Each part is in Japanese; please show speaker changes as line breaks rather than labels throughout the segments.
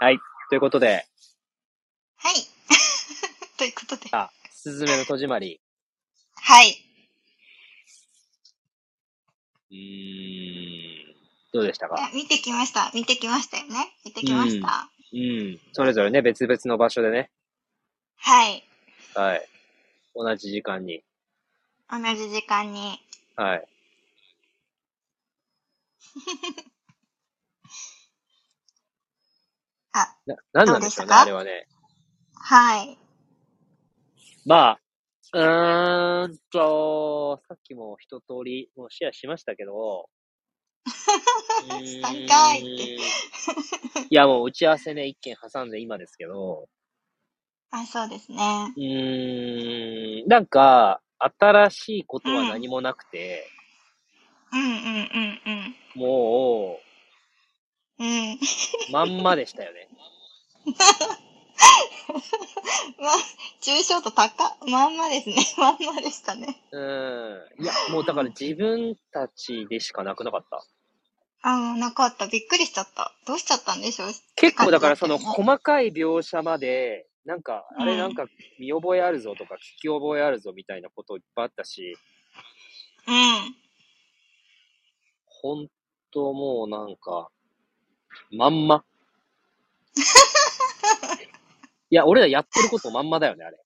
はい。ということで、
はい。 ということで。
あ、すずめの戸締まり。
はい。
うーん、どうでしたか
あ見てきました。見てきましたよね。見てきました。
うんうん。それぞれね、別々の場所でね。
はい。
はい。同じ時間に。
同じ時間に。
はい。
あ、
な、なんなんでしょうね、
どうでしたか
あれはね。
はい。
まあ、うーんと、さっきも一通り、もうシェアしましたけど、うーん
三回って
いや、もう打ち合わせね、一件挟んで今ですけど、
あ、そうですね。
うーん、なんか、新しいことは何もなくて、
うんうんうんうん。
も
うん。
う、まんまでしたよね。
まあ、抽象度高っ。まんまですね。 まんまでしたね。
うん。いや、もうだから自分たちでしかなくなかった。
あ、もうなかった。びっくりしちゃった。どうしちゃったんでしょう。
結構だからその
感じだった
細かい描写まで、なんか、
うん
あれなんか見覚えあるぞとか聞き覚えあるぞみたいなこといっぱいあったし、
うん。
ほんともうなんか、まん ま。いや、俺らやってることまんまだよね、あれ。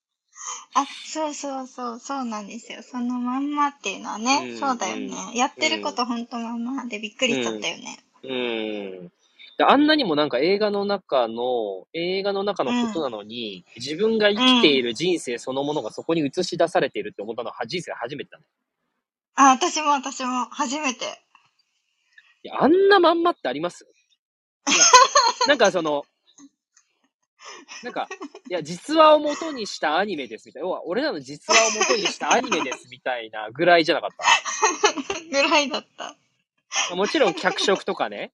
あ、そうそうそう、そうなんですよ。そのまんまっていうのはね、
うん
そうだよね。やってることほんとまんまでびっくりしちゃったよね。
うん。であんなにもなんか映画の中の、映画の中のことなのに、自分が生きている人生そのものがそこに映し出されているって思ったのは人生初めてだね。
あ、私も私も初めて。
いや、あんなまんまってありますいやなんか その、なんか、いや、実話を元にしたアニメですみたいな。要は、俺らの実話を元にしたアニメですみたいなぐらいじゃなかっ
ぐらいだった。
た。もちろん脚色とかね、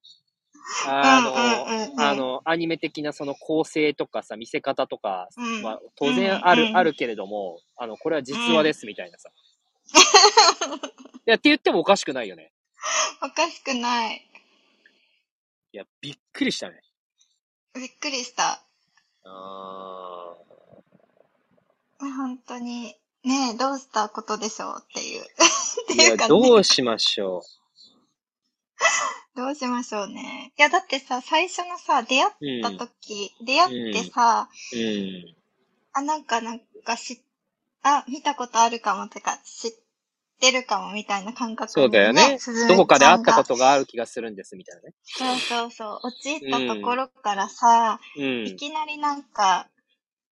あ
うんうんうんうん
の、あの、アニメ的なその構成とかさ、見せ方とか
うん。
は当然ある、
うんうん
あるけれども、あの、これは実話ですみたいなさ。いや、って言ってもおかしくないよね。
おかしくない。
いや、びっくりしたね。
びっくりした。
あー
本当に、ねえ、どうしたことでしょうっていう。 って
い
い
や、
うか、ね、
どうしましょ
どうしましょうね。いや、だってさ、最初のさ、出会
う。うん。う
った時、出会ってさ、
ん。
あ、なんか、なんか知っ、あ、見たことあるかも、てか、知ってるかも、みたいな感覚
そうだよね
鈴
どこ
芽
か
ち
で会
ゃ
っ
ん
た
が
ことがある気がするんです、みたいなね。
そうそうそう。陥ったところからさ、いきなりなんか、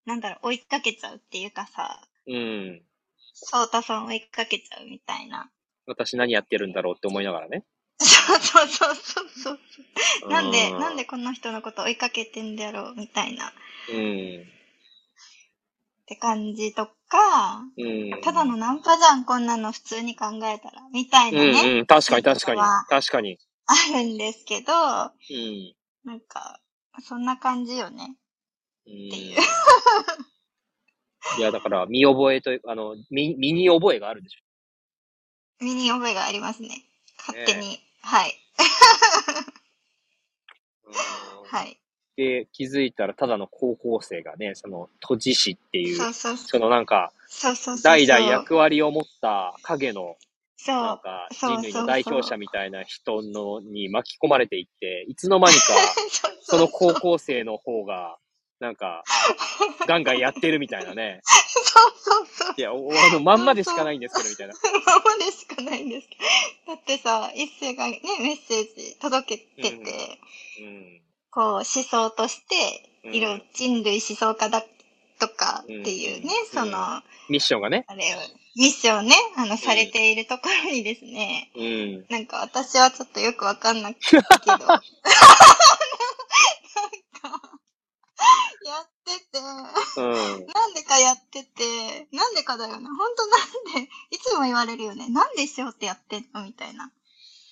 なんだろう、追いかけちゃうっていうかさ、
うん。うん。
そうたさん追いかけちゃうみたいな。
私何やってるんだろうって思いながらね。
そうそうそうそうそう。なんで、
う
なんでこの人のこと追いかけてんだろうみたいなっ
うん。
て感じとか、
うん。
ただのナンパじゃん、こんなの普通に考えたら、みたいな
う
ね、
んうん。確かに確かに
は。
確かに。
あるんですけど、
うん。
なんか、そんな感じよね。
うん
い
いや、だから、見覚えというあの、身身に覚えがあるでし
身に覚えがありますね。勝手に。はい。
ょ。
はい。
で、気づいたら、ただの高校生がね、その、都知事ってい
そう
う、
そうそう。
そのなんか、
そうそうそうそう。
代々役割を持った影の
そ
なん
う。
か
そう
人類
そうそ
の
う
代表者みたいな人のに巻き込まれていって、いつの間 にかその
そう
高校生の方が、なんか、ガンガンやってるみたいなね。
そうそう。
いや、おあの、まんまでしかないんですけど、みたいな。
ままでしかないんですけど。だってさ、一世がね、メッセージ届けてて、
うんうん。
こう思想として、
うん
いろ、人類思想家だとかっていうね、
うん
そ
う
の、
ん
あ
ミッションがね。
れを、ミッションをね、あの、されているところにですね、
うん。
なんか私はちょっとよくわかんなくてけ ど、なんか、やってて、
うん。
なんでかやってて、なんでかだよね。ほんとなんで、いつも言われるよね。なんでしようってやってんのみたいな。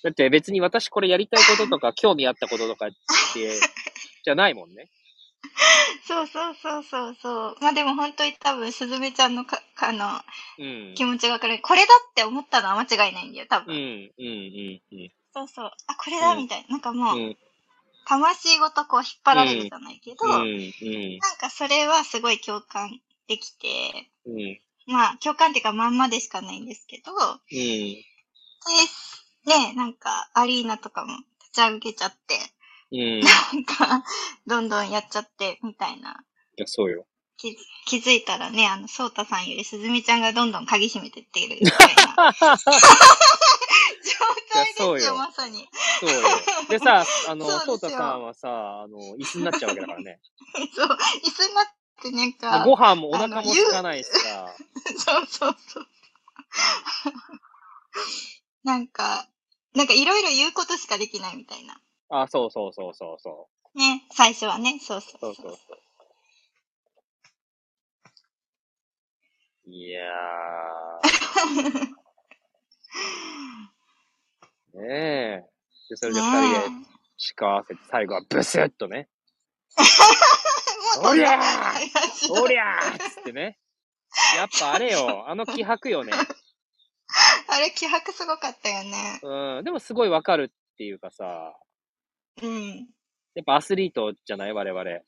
だって別に私これやりたいこととか、興味あったこととかって、 じゃないもんね。
そうそうそうそうそう。まあでも本当に多分、すずめちゃんのか、かあの、
うん。
気持ちがわかる。これだって思ったのは間違いないんだよ、多
う
分。
ん、うん、うん、うん。
そうそう。あ、これだ
うん
みたいな。なんかもう、
うん
魂ごとこう引っ張られるじゃないけど、
うん、
なんかそれはすごい共感できて、
うん、うん、
まあ共感っていうかまんまでしかないんですけど、
うん、
で、ね、なんかアリーナとかも立ち上げちゃって、
うん。い
なんかどんどんやっちゃってみたいな。
や、そうよ。
気気づいたらね、あの、そうたさんよりすずみちゃんがどんどん鍵閉めてってるみたいな 状態
いやそう
ですよ、
よ
まさに。
そうよ。でさ、あの、
そ
そうう
ですよ
たさんはさ、あの、椅子になっちゃうわけだからね。
そう、椅子になってなんか、
ご飯もお
あ
腹
の
も
言う
空かないしさ。
そうそうそう。なんか、なんかいろいろ言うことしかできないみたいな。
あ、そうそうそうそうそ
ね、最初はね、そうそう
う。
そ
そうう。そうそう。いやー。ねえ。で、それで二人で
ねえ
誓わせて、最後はブスッとね。
もう
おりゃ
ー
おりゃーっつってね。やっぱあれよ、あの気迫よね。
あれ、気迫すごかったよね。
うん。でもすごいわかるっていうかさ、
うん。
やっぱアスリートじゃない我々。よ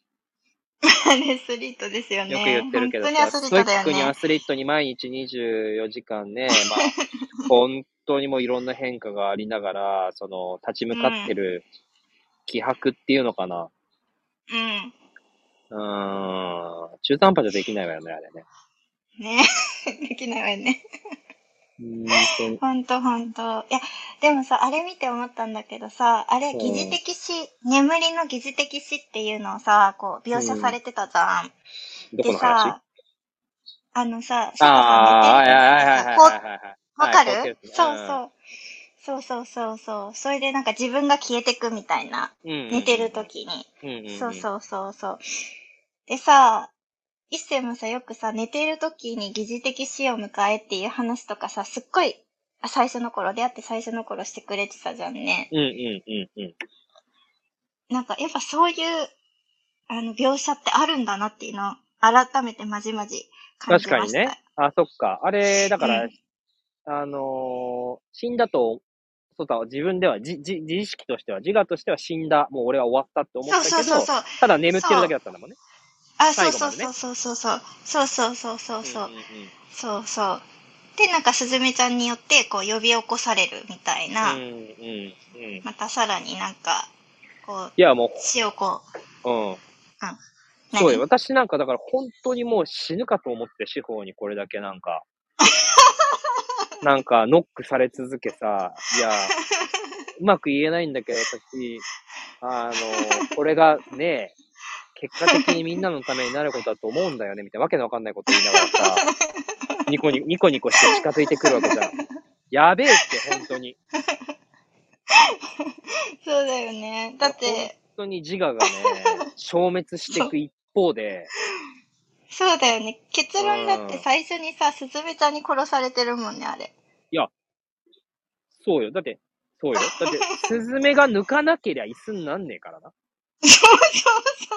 あれ、アスリートですよ
く
ね。
言ってるけど
本当に
さ、
アスリ
スト
ー
イ
トだ
ッ
よ
クにア
ね。
スリートに毎日24時間 ね、まあ、本当にもういろんな変化がありながら、その、立ち向かってる気迫っていうのかな。
うん。
うん。中途半端じゃできないわよね、あれね。
ね できないわよね。
うん
ほんとほんと。いや、でもさ、あれ見て思ったんだけどさ、あれ、
うん
疑似的死、眠りの疑似的死っていうのをさ、こう、描写されてたじゃん。
どこ
で
の話
さ、あのさ、
ああ、はいはいはい
さ
はい
こ
は
う
いはい。
わかる、
はい凍ってやつね
そうそう。そうそうそうそう。それでなんか自分が消えてくみたいな。
うん。うん
寝てる時に。
うんうん。
そうそうそうそう。でさ、一世もさ、よくさ、寝てる時に疑似的死を迎えっていう話とかさ、すっごい、あ最初の頃、出会って最初の頃してくれてたじゃんね。
うんうんうんうん。
なんか、やっぱそういう、あの、描写ってあるんだなっていうのを、改めてまじまじ感
確
じ
か
ま
に
した。
ね。あ、そっか。あれ、だから、
うん
あのー死んだと、そうだ、自分では、じ、じ、自意識としては、自我としては死んだ、もう俺は終わったって思った
そう
けど、
そうそうそう。
ただ眠ってるだけだったんだもんね。
あ、そ
最
う
後
そう
までね
そうそうそうそう。そうそうそうそうそう。
んんん
そうそう。で、なんか、すずめちゃんによって、こう、呼び起こされるみたいな。
うんうんうん。い
またさらになんか、こう、
や、も
死をこ
う、うん。
う、
そうよ。
何
私なんか、だから本当にもう死ぬかと思って、司法にこれだけなん か、なんか、ノックされ続けさ、い や、うまく言えないんだけど、私、あの、これがね、結果的にみんなのためになることだと思うんだよね、みたいなわけのわかんないこと言いながらさ、ニコニコニコニコして近づいてくるわけじゃん。やべえって、本当に。
そうだよね。だっ
本
て、
当に自我がね、消滅していく一方で、
そうだよね。結論だっ
う
て
ん
最初にさ、すずめちゃんに殺されてるもんね、 あれ。
そうよ。だって、そうよ。だって、 スズメが抜かなけりゃ椅子になんねえからな。い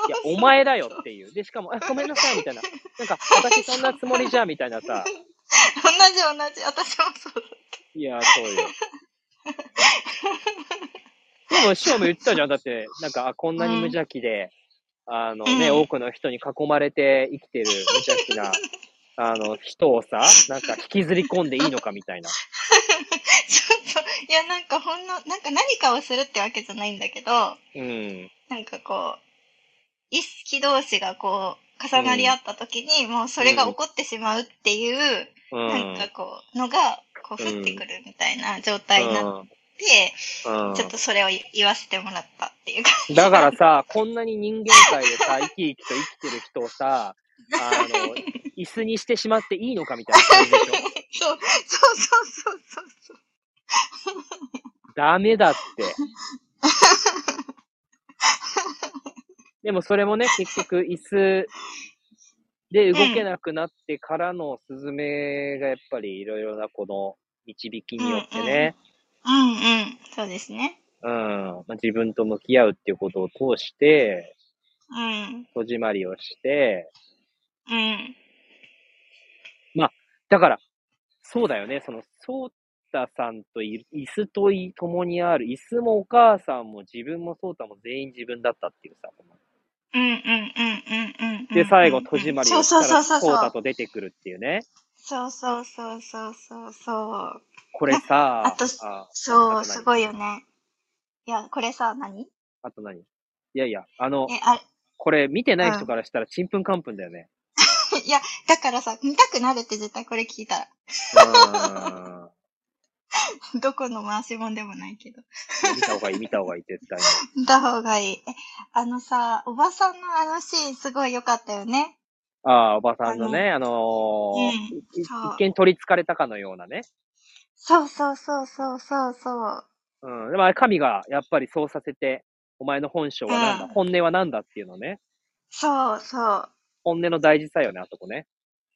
や、お前だよっていう。で、しかも、あ、ごめんなさい、みたいな。なん か、私そんなつもりじゃ、みたいなさ。
同じ同じ。私もそう。
いや、そうよ。でも、師匠も言ってたじゃん。だって、なんか、あこんなに無邪気で、あのね、
うん
多くの人に囲まれて生きてる無邪気 な、あの、人をさ、なんか引きずり込んでいいのかみたいな。
ちょっと、いや、なんかほんの、なんか何かをするってわけじゃないんだけど、
うん。
なんかこう、意識同士がこう、重なり合った時に、もうそれが起こってしまうっていう、
う
なん
ん
か。こう、のが、こう、降ってくるみたいな状態になっ
うん
て、
うん
ちょっとそれを言わせてもらったっていうか。
だからさ、こんなに人間界でさ、生き生きと生きてる人をさ、あ の、椅子にしてしまっていいのかみたいな感じでしょ。
そう、そうそうそうそうそう。
ダメだって。でもそれもね、結局椅子で動けなくなってからのスズメがやっぱりいろいろなこの導きによってね、
うんうん。そうですね。
うん、まあ自分と向き合うっていうことを通して、
うん。
戸締まりをして、
うん。
だから、そうだよね、その、そう太さんとい椅子とい共にある、椅子もお母さんも自分もそうたも全員自分だったっていうさ。
うんうんうんうんうんうん。
で、最後、戸締まり
そ
を
う
し
そう
た
そう
ら、
そう
ソー
そ
タ
う。
と出てくるっていうね。
そうそうそうそうそうそう。
これさ、
あと
あ
そ
あ
う、
と何
すごいよね。いや、これさ、何え、
あと何いやいや、あの、
あれ、
これ見てない人からしたら、ちんぷんかんぷんだよね。
いや、だからさ、見たくなるって絶対これ聞いたら。
うん。
どこの回しもんでもないけど。
見た方がいい、見た方がいい、絶対に。
見た方がいい。え、あのさ、おばさんのあのシーンすごい良かったよね。
ああ、おばさんのね、あのー
うん
いい
そう
一見取り憑かれたかのようなね。
そうそうそうそうそうそう。
うん。でもあれ、神がやっぱりそうさせて、お前の本性は何だ、
うん
本音は何だっていうのね。
そうそう。
本音の大事さよね、あそこね。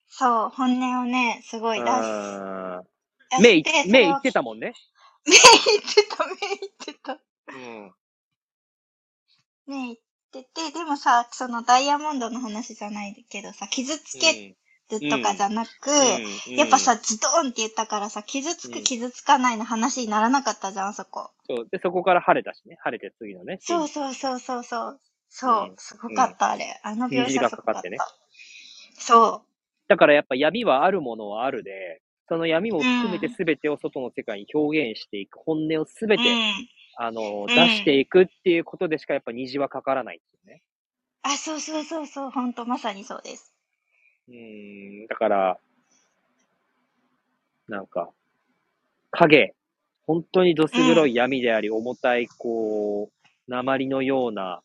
そう、本音をね、すご
う
い出
ん。
す。
目い
出し、
目いっ
それ
てたもんね。
を目いってた、
うん。
目いってた。目いってて、でもさ、そのダイヤモンドの話じゃないけどさ、傷つけるとかじゃなく、
うん
やっぱさ、、ズドンって言ったからさ、傷つ
う
く
ん
傷つかないの話にならなかったじゃん、そこ。
うんそう。で、そこから晴れたしね。晴れて次のね。
そうそうそうそうそう。そう、
うん
すごかった、あれ。あの描
虹
写
が
す
か
ご
か
か
っ
って
ね
た。そ
だからやっぱ闇はあるものはあるで、その闇も含めて
うん
全てを外の世界に表現していく、本音を全
う。う
て、
ん。
あの、
ん
出していくっていうことでしかやっぱ虹はかからないっていうね。
あ、そうそうそうそう、ほんとまさにそうです。
うーん、だから、なんか、影、本当にどす黒い闇であり、重たい、こう、鉛のような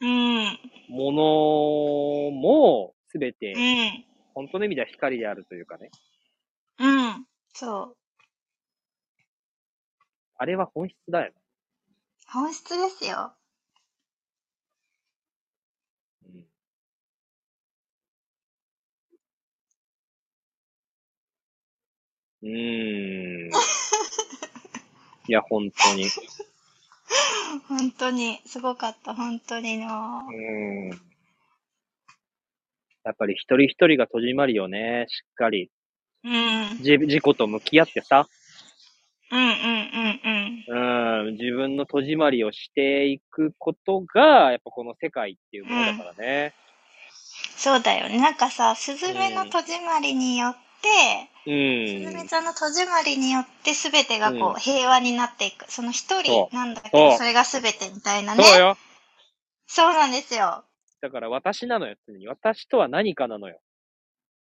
うん。うん。
ものも、全て、本当の意味では光であるというかね、
うん。そう。
あれは本質だよね。
本質ですよ。
うんうーん。いや、本当に。う
本当に、すごかった、本当にの。
ーん。やっぱり一人一人が戸締まりをね、しっかり、
うん。うん
じ自己と向き合ってさ、
うんうんうん。
うん、自分の戸締まりをしていくことが、やっぱこの世界っていうものだからね。
そうだよね。なんかさ、スズメの戸締まりによって、
う
す
ん。
ずめちゃんの戸締まりによって全てがこ
うん
う平和になっていく。その一人
そう
なんだけど、
そう
それが全てみたいなね。
そうよ。
そうなんですよ。
だから私なのよ、常に。私とは何かなのよ。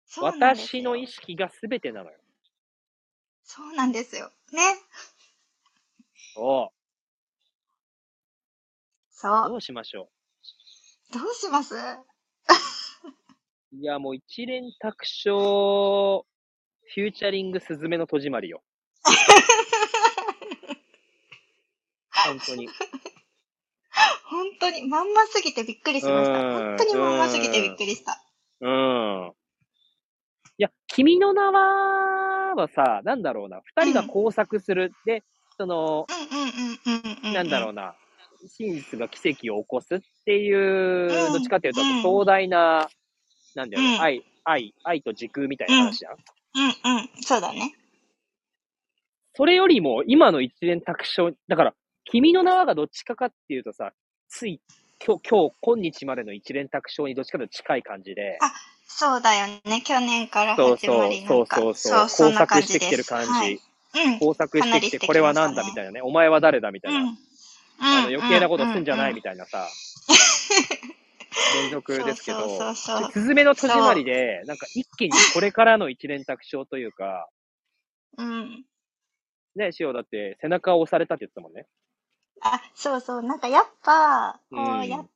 そうなんです
私
よ
の意識が全てなのよ。
そうなんですよ。ね。
そ。
そう
ど
う。
うしましょ
どうします
う。いや、もう一連卓勝、フューチャリングスズメの戸締まりよ。本当に。
本当にまんますぎてびっくりしました。
うん
本当にまんますぎてびっくりした。
うん。いや、君の名は、はさ、なんだろうな。二人が交錯する。で、その、
うんうんうんうんうん。
なんだろ
う
うな、真実が奇跡を起こすっていう
う、ん
どっちかっていうと
うん
壮大な、なんだよね
う、ん
愛、愛、愛と時空みたいな話じゃん。
ん。うんうん。そうだね。
それよりも、今の一連卓勝、だから、君の名はがどっちかかっていうとさ、つい、今日、今日、今日までの一連卓勝にどっちかというと近い感じで、
あそうだよね。去年から
そう
始
そ
ま
う
り、な
そうん
か。
そうそう、工
んな
作
感
して
じ
き
です。
てる感
は
じ
い。、うん。
工作して
かな
き
り
て、
して
これは
きまし
何
たね
だみたいなね、お前は誰だみたいな、
うん。
あ
あ
の余計なことすんじゃないみたいなさ、連続ですけど、
そうそうそうそう
すずめの戸締まりで、なんか一気にこれからの一連卓勝というか、
うん。
ね、塩だって背中を押されたって言ってたもんね。
あ、そうそう。なんかやっぱ、こ
う
うんやっ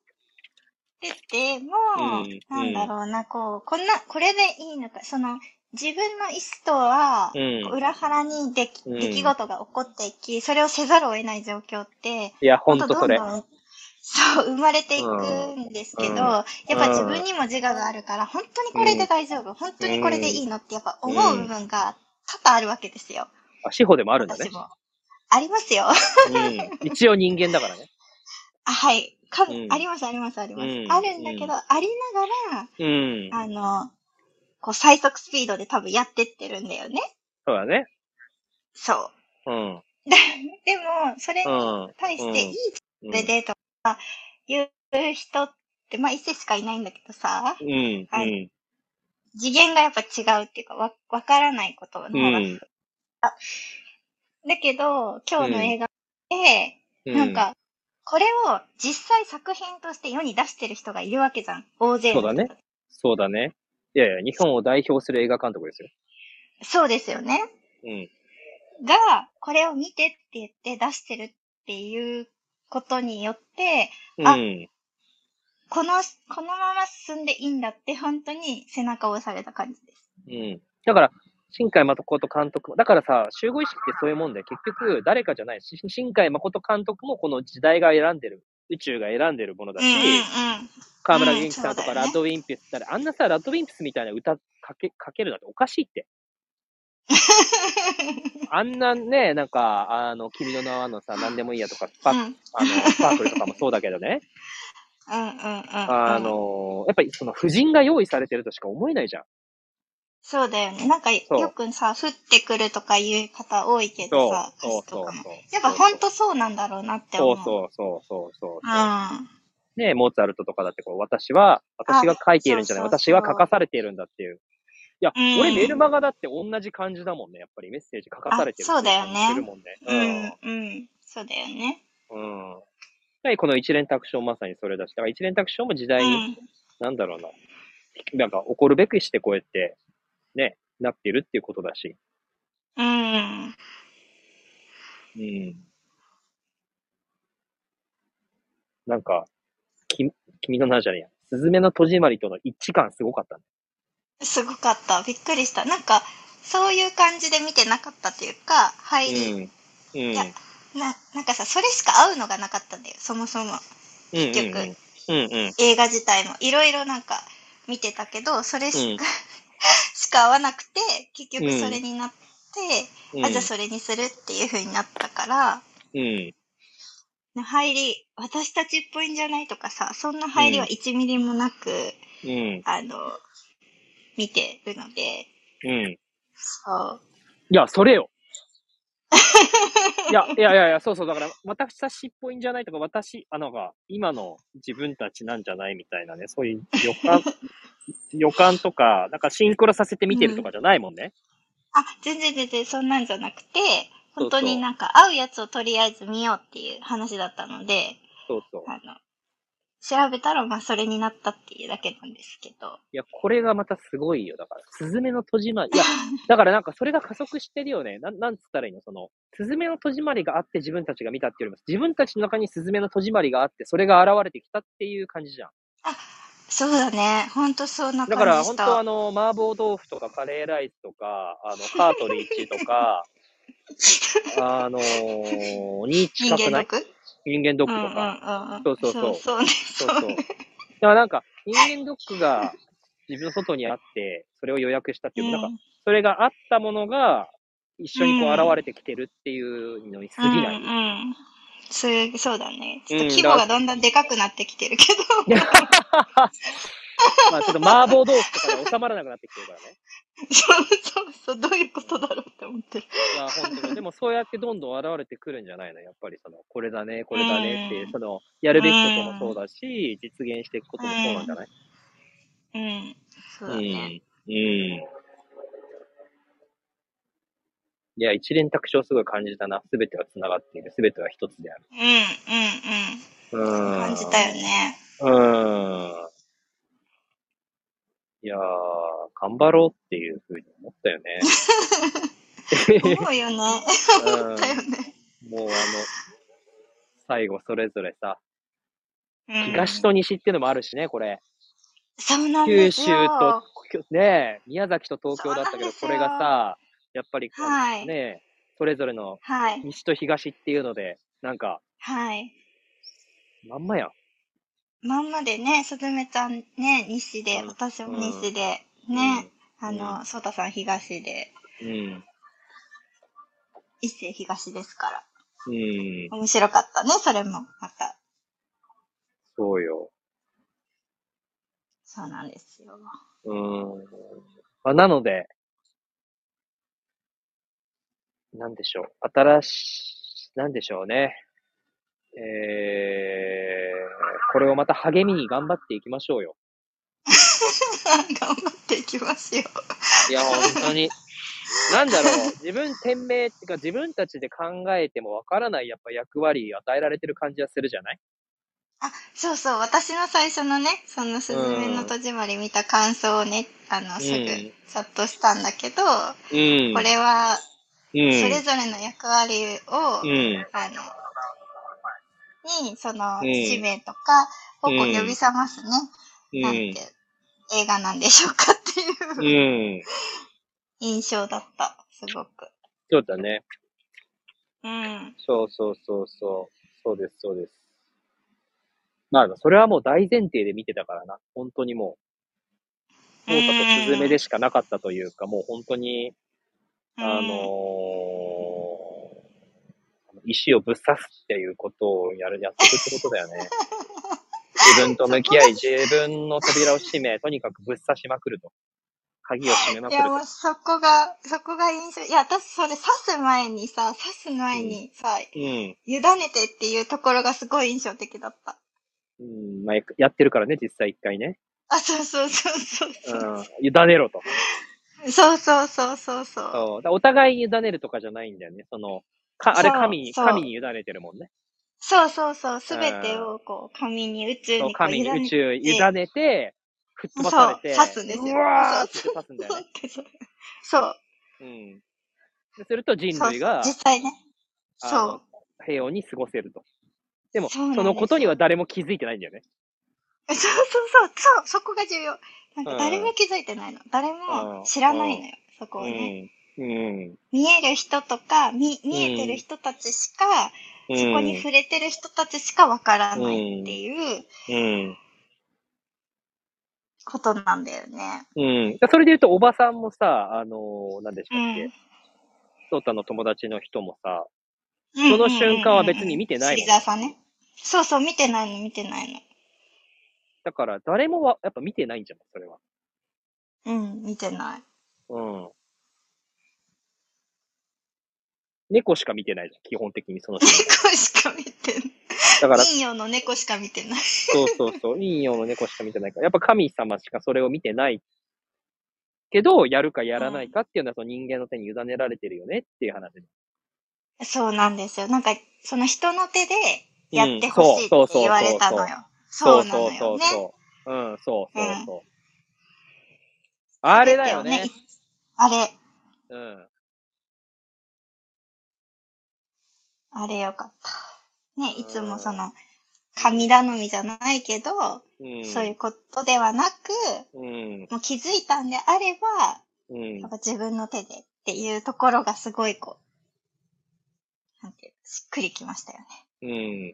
てても、
うん
なんだろうな、こう、こんな、これでいいのか、その、自分の意思とは、
うん
こう裏腹にでき、
うん
出来事が起こっていき、それをせざるを得ない状況って、
いや、ほんとそれ。
どんどんそう、生まれていくんですけど、
うん
やっぱ自分にも自我があるから、本当にこれで大丈夫、本当にこれでいいのって、やっぱ思う部分が多々あるわけですよ。
あ、司法でもあるんだね
私。も。ありますよ。
うん。一応人間だからね。
あ、はい。か
うん
あります、あります、あります。
うん
あるんだけど、
う
ありなが
うん。
ら、あの、こう、最速スピードで多分やってってるんだよね。
そうだね。
そう。
うん。
でも、それ
う
に
ん。
対していい
うん
上でとか言う人って、まあ一世しかいないんだけどさ、
うん。うん。
次元がやっぱ違うっていうか、わ、わからないことの方が。
うん
だけど、今日の映画で、
う
なん、か、これを実際作品として世に出してる人がいるわけじゃん。大勢の人
そうだね。そうだね。いやいや、日本を代表する映画監督ですよ。
そうですよね。
うん。
が、これを見てって言って出してるっていうことによって、あ
うん。
この、このまま進んでいいんだって、本当に背中を押された感じです。
うん。だから、新海誠監督も、だからさ、集合意識ってそういうもんで、結局、誰かじゃないし、新海誠監督もこの時代が選んでる、宇宙が選んでるものだし、河村元気さんとか
うんそうだ
ラ
よね
ッドウィンピス、だってあんなさ、ラッドウィンピスみたいな歌かけかけるなんておかしいっ て。あんなね、なんか、あの、君の名はのさ、なんでもいいやとか、スパ,、
うん。うん。
あのスパークルとかもそうだけどね、
うんうんうんうん。
あの、やっぱりその、夫人が用意されてるとしか思えないじゃん。
そうだよね。なんか、
そう
よくさ、降ってくるとかいう方多いけ
そう
どさ、、
そう
歌詞
そ
と
う
かも。
そう。
やっぱ本当そうなんだろうなって
そ
思
う
う。
そうそうそうそう。
うん。
ね、モーツァルトとかだってこう、私は、私が書いているんじゃない、
そうそう
私
そう
が書かされているんだっていう。いや、
うん
俺メルマガだって同じ感じだもんね、やっぱりメッセージ書かされてる
あそうだよ
っ
ね
てい感じするもんね。
うん、うん。そうだよね。
うん。うん。はい、この一連卓章まさにそれだし、だから一連卓章も時代
う
に、
ん。
なんだろうな、なんか起こるべくしてこうやって、ね、なってるっていうことだし。
うん。
うん。なんか、き、君の名じゃねえや。すずめの戸締まりとの一致感すごかったね。
すごかった。びっくりした。なんか、そういう感じで見てなかったというか、入り、
うん。うん。
やな、なんかさ、それしか合うのがなかったんだよ。そもそも。
結
局
うんうん。
映画自体も。いろいろなんか、見てたけど、それしか、 しか合わなくて、結局それになって、
うん、
あ、じゃあそれにするっていう風になったから、
うん。
入り、私たちっぽいんじゃないとかさ、そんな入りは1ミリもなく、
うん。
あの、見てるので、
うん。
そう。
いや、それ よ。いや、いやいやいや、そうそう。だから、私たちっぽいんじゃないとか、私、あのが、今の自分たちなんじゃないみたいなね、そういう予 感、予感とか、なんかシンクロさせて見てるとかじゃないもんね。
あ、全然全然そんなんじゃなくて、
そうそう
本当になんか合うやつをとりあえず見ようっていう話だったので、
そうそう。
あの、調べたらまあそれになったっていうだけなんですけど。
いや、これがまたすごいよ。だから、スズメの戸締まり。い や、だからなんかそれが加速してるよね。なん、なんつったらいいのその、スズメの戸締まりがあって自分たちが見たっていうよりも、自分たちの中にスズメの戸締まりがあって、それが現れてきたっていう感じじゃん。
そうだね。本当そんな
だから
感じし
本
た。
当あの、麻婆豆腐とかカレーライスとか、あの、カートリッジと か、あのー、に近く
人間
ない
毒
人間ドッ
うんうん
グとか。
うん。
そうそうそう
そうね。
そ
そうう
そう。だからなんか、人間ドッグが自分の外にあって、それを予約したっていう、なんか、それがあったものが、一緒にこう
うん
現れてきてるっていうのに過
うん
ぎない。
うんうん。すそうだね。ちょっ
うん
と規模がどんどんでかくなってきてるけど。
まあちょっと麻婆豆腐とかで収まらなくなってきてるからね。
そうそうそう。どういうことだろうって思ってる。
いや、本当に。でもそうやってどんどん現れてくるんじゃないのやっぱりその、これだね、これだねっていうう、
ん
その、やるべきこともそうだし、実現していくこともそうなんじゃない
うん。そう
う
だ
ん。
ね。
うん。いや、一連卓上すごい感じたな。すべては繋がっている。すべては一つである。
うんうんうん。
うん。
感じたよね。
うーん。いやー、頑張ろうっていうふうに思ったよ ね。
思うよね。思ったよね。
うんもうあの、最後それぞれさ、
うん
東と西ってのもあるしね、これ。
そうなん
九
です
州
よ。
と、ねえ、宮崎と東京だったけ
そうな
ど、
んです
こ
よ
れがさ、やっぱり、
はい
ねえ、それぞれの
はい。
西と東っていうので、なんか、
はい。
まんまやん。
まんまでね、すずめちゃんね、西で
う、ん
私も西で、ね、あの、そうたさん東で、
うん。うん。
一世東ですから。
うん。
面白かったね、それも。また。
そうよ。
そうなんです よ。
うーん。まあ、なので、なんでしょう。新し、なんでしょうね。えー、これをまた励みに頑張っていきましょうよ。
頑張っていきますよ。
いや、本当に。なんだろう。自分、天命っていうか、自分たちで考えてもわからない、やっぱ役割与えられてる感じはするじゃない
あ、そうそう、私の最初のね、そのすずめの戸締まり見た感想をね、あの、すぐ、
うん
チャットしたんだけど、
うん。
これは、
うん、
それぞれの役割
う
を、
ん。
あの、に、その、
うん
使命とか、をこう
うん
呼び覚ますね、
う
なんて、
ん。
映画なんでしょうかって
う。
いうん印象だった、すごく。
そうだね。
うん。
そうそうそうそう。そうです、そうです。まあ、それはもう大前提で見てたからな。本当にもう、そうかとスズメでしかなかったというか、もう本当に、あのー石をぶっ刺すっていうことをやる、やってるってことだよね。自分と向き合い、自分の扉を閉め、とにかくぶっ刺しまくると。鍵を閉めま
い
くる
や、
と。
もうそこが、そこが印象。いや、私それ刺す前にさ、刺す前にさ、
うん。
委ねてっていうところがすごい印象的だった。
うん、まあ、やってるからね、実際一回ね。
あ、そうそうそうそう
う
そ
ん。委ねろと。
う。そうそうそうそうそう。
そう。だからお互いに委ねるとかじゃないんだよね。その、かあれ
そう
神に、
そう
神に委ねてるもんね。
そうそうそう。すべてをこう、神に宇宙
そう
にこう
神に
委ね
宇
て。
宙委ねて、吹っ飛ばされて、
そう刺すんですよ
うわーって
そう
刺すんだよね。
そう。
うん。ですると人
そう
類が
実際ね。
あの
そ
平穏に過ごせると。でも、
そうなん
そ
ですよ
のことには誰も気づいてないんだよね。
う。そうそうそう。そう。そこが重要。な
う
んか
ん
誰も気づいてないの。誰も知らないのよ。そこをね。
うん。うん。
見える人とか、見、見えてる人たちしか、
うん
そこに触れてる人たちしかわからないっていう
うん。
ことなんだよね。
うん。それで言うと、おばさんもさ、あのー、何でし
う
たっけ、
ん。
ソータの友達の人もさ、
そ
その瞬間は別に見てないもん
シリザーさんね。そうそう、見てないの、見てないの。
だから誰もはやっぱ見てないんじゃん、それは。
うん、見てない。
うん。猫しか見てないじゃん、基本的にその人。
猫しか見てない。
だから、
陰陽の猫しか見てない。
そうそうそう、陰陽の猫しか見てないから、やっぱ神様しかそれを見てないけど、やるかやらないかっていうのは、その人間の手に委ねられてるよねっていう話。
そうなんですよ。なんか、その人の手でやっ
う
てほ
ん
しいって
そうそうそうそう
言われたのよ。そうなの
そ
よ
う
ね。
そう。うん、そうそうそう。
あ
あれだよね。。
あれ、
うん。
あれよかった。ね、いつもその、神頼みじゃないけど、
うん。
そういうことではなく、
うん。
もう気づいたんであれば、
うん
やっ。ぱ自分の手でっていうところがすごいこう、なんていうのしっくりきましたよね。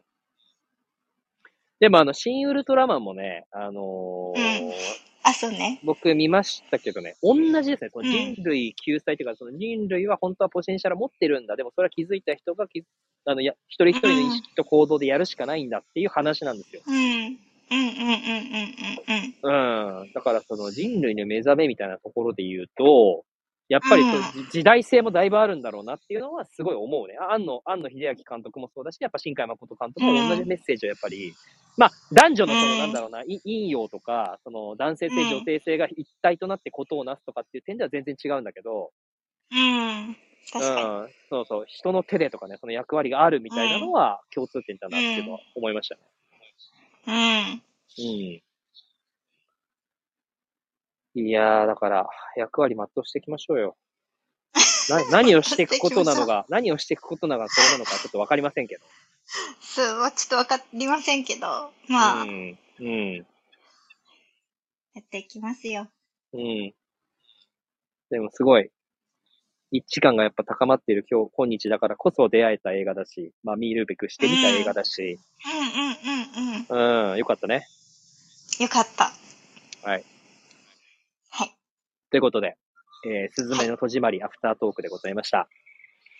うん。でもあの、新ウルトラマンもね、あのー
うんあ、そうね。
僕見ましたけどね、同じですね、その
うん
人類救済というか、その人類は本当はポテンシャル持ってるんだ、でもそれは気づいた人が気づあのや一人一人の意識と行動でやるしかないんだっていう話なんですよ。
うん。うんうんうんうんうんうん。
うん。だからその人類の目覚めみたいなところで言うと、やっぱりそのじ時代性もだいぶあるんだろうなっていうのはすごい思うね。あ庵野、庵野秀明監督もそうだし、やっぱ新海誠監督も同じメッセージをやっぱり、まあ男女のその
うん
なんだろうな、い陰陽とか、その男性性
うん
女性性が一体となってことをなすとかっていう点では全然違うんだけど、
うん。
うん
確かに。、
そうそう、人の手でとかね、その役割があるみたいなのは共通点だなっていうのは思いましたね。
うん。
うん。いやー、だから、役割全うしていきましょう よ。な何をしていくことなのが、何をしていくことなのがそれなのかちょっとわかりませんけど。
そう、ちょっとわかりませんけど、まあ、
うん。うん。
やっていきますよ。
うん。でもすごい、一致感がやっぱ高まっている今日、今日だからこそ出会えた映画だし、まあ見るべくしてみた映画だし、
うんうんうんうん。
うん、よかったね。
よかった。
はい。
はい。
ということで、えー、すずめの戸締まりアフタートークでございました。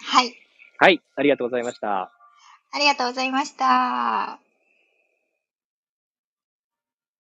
はい。
はい、ありがとうございました。
ありがとうございました。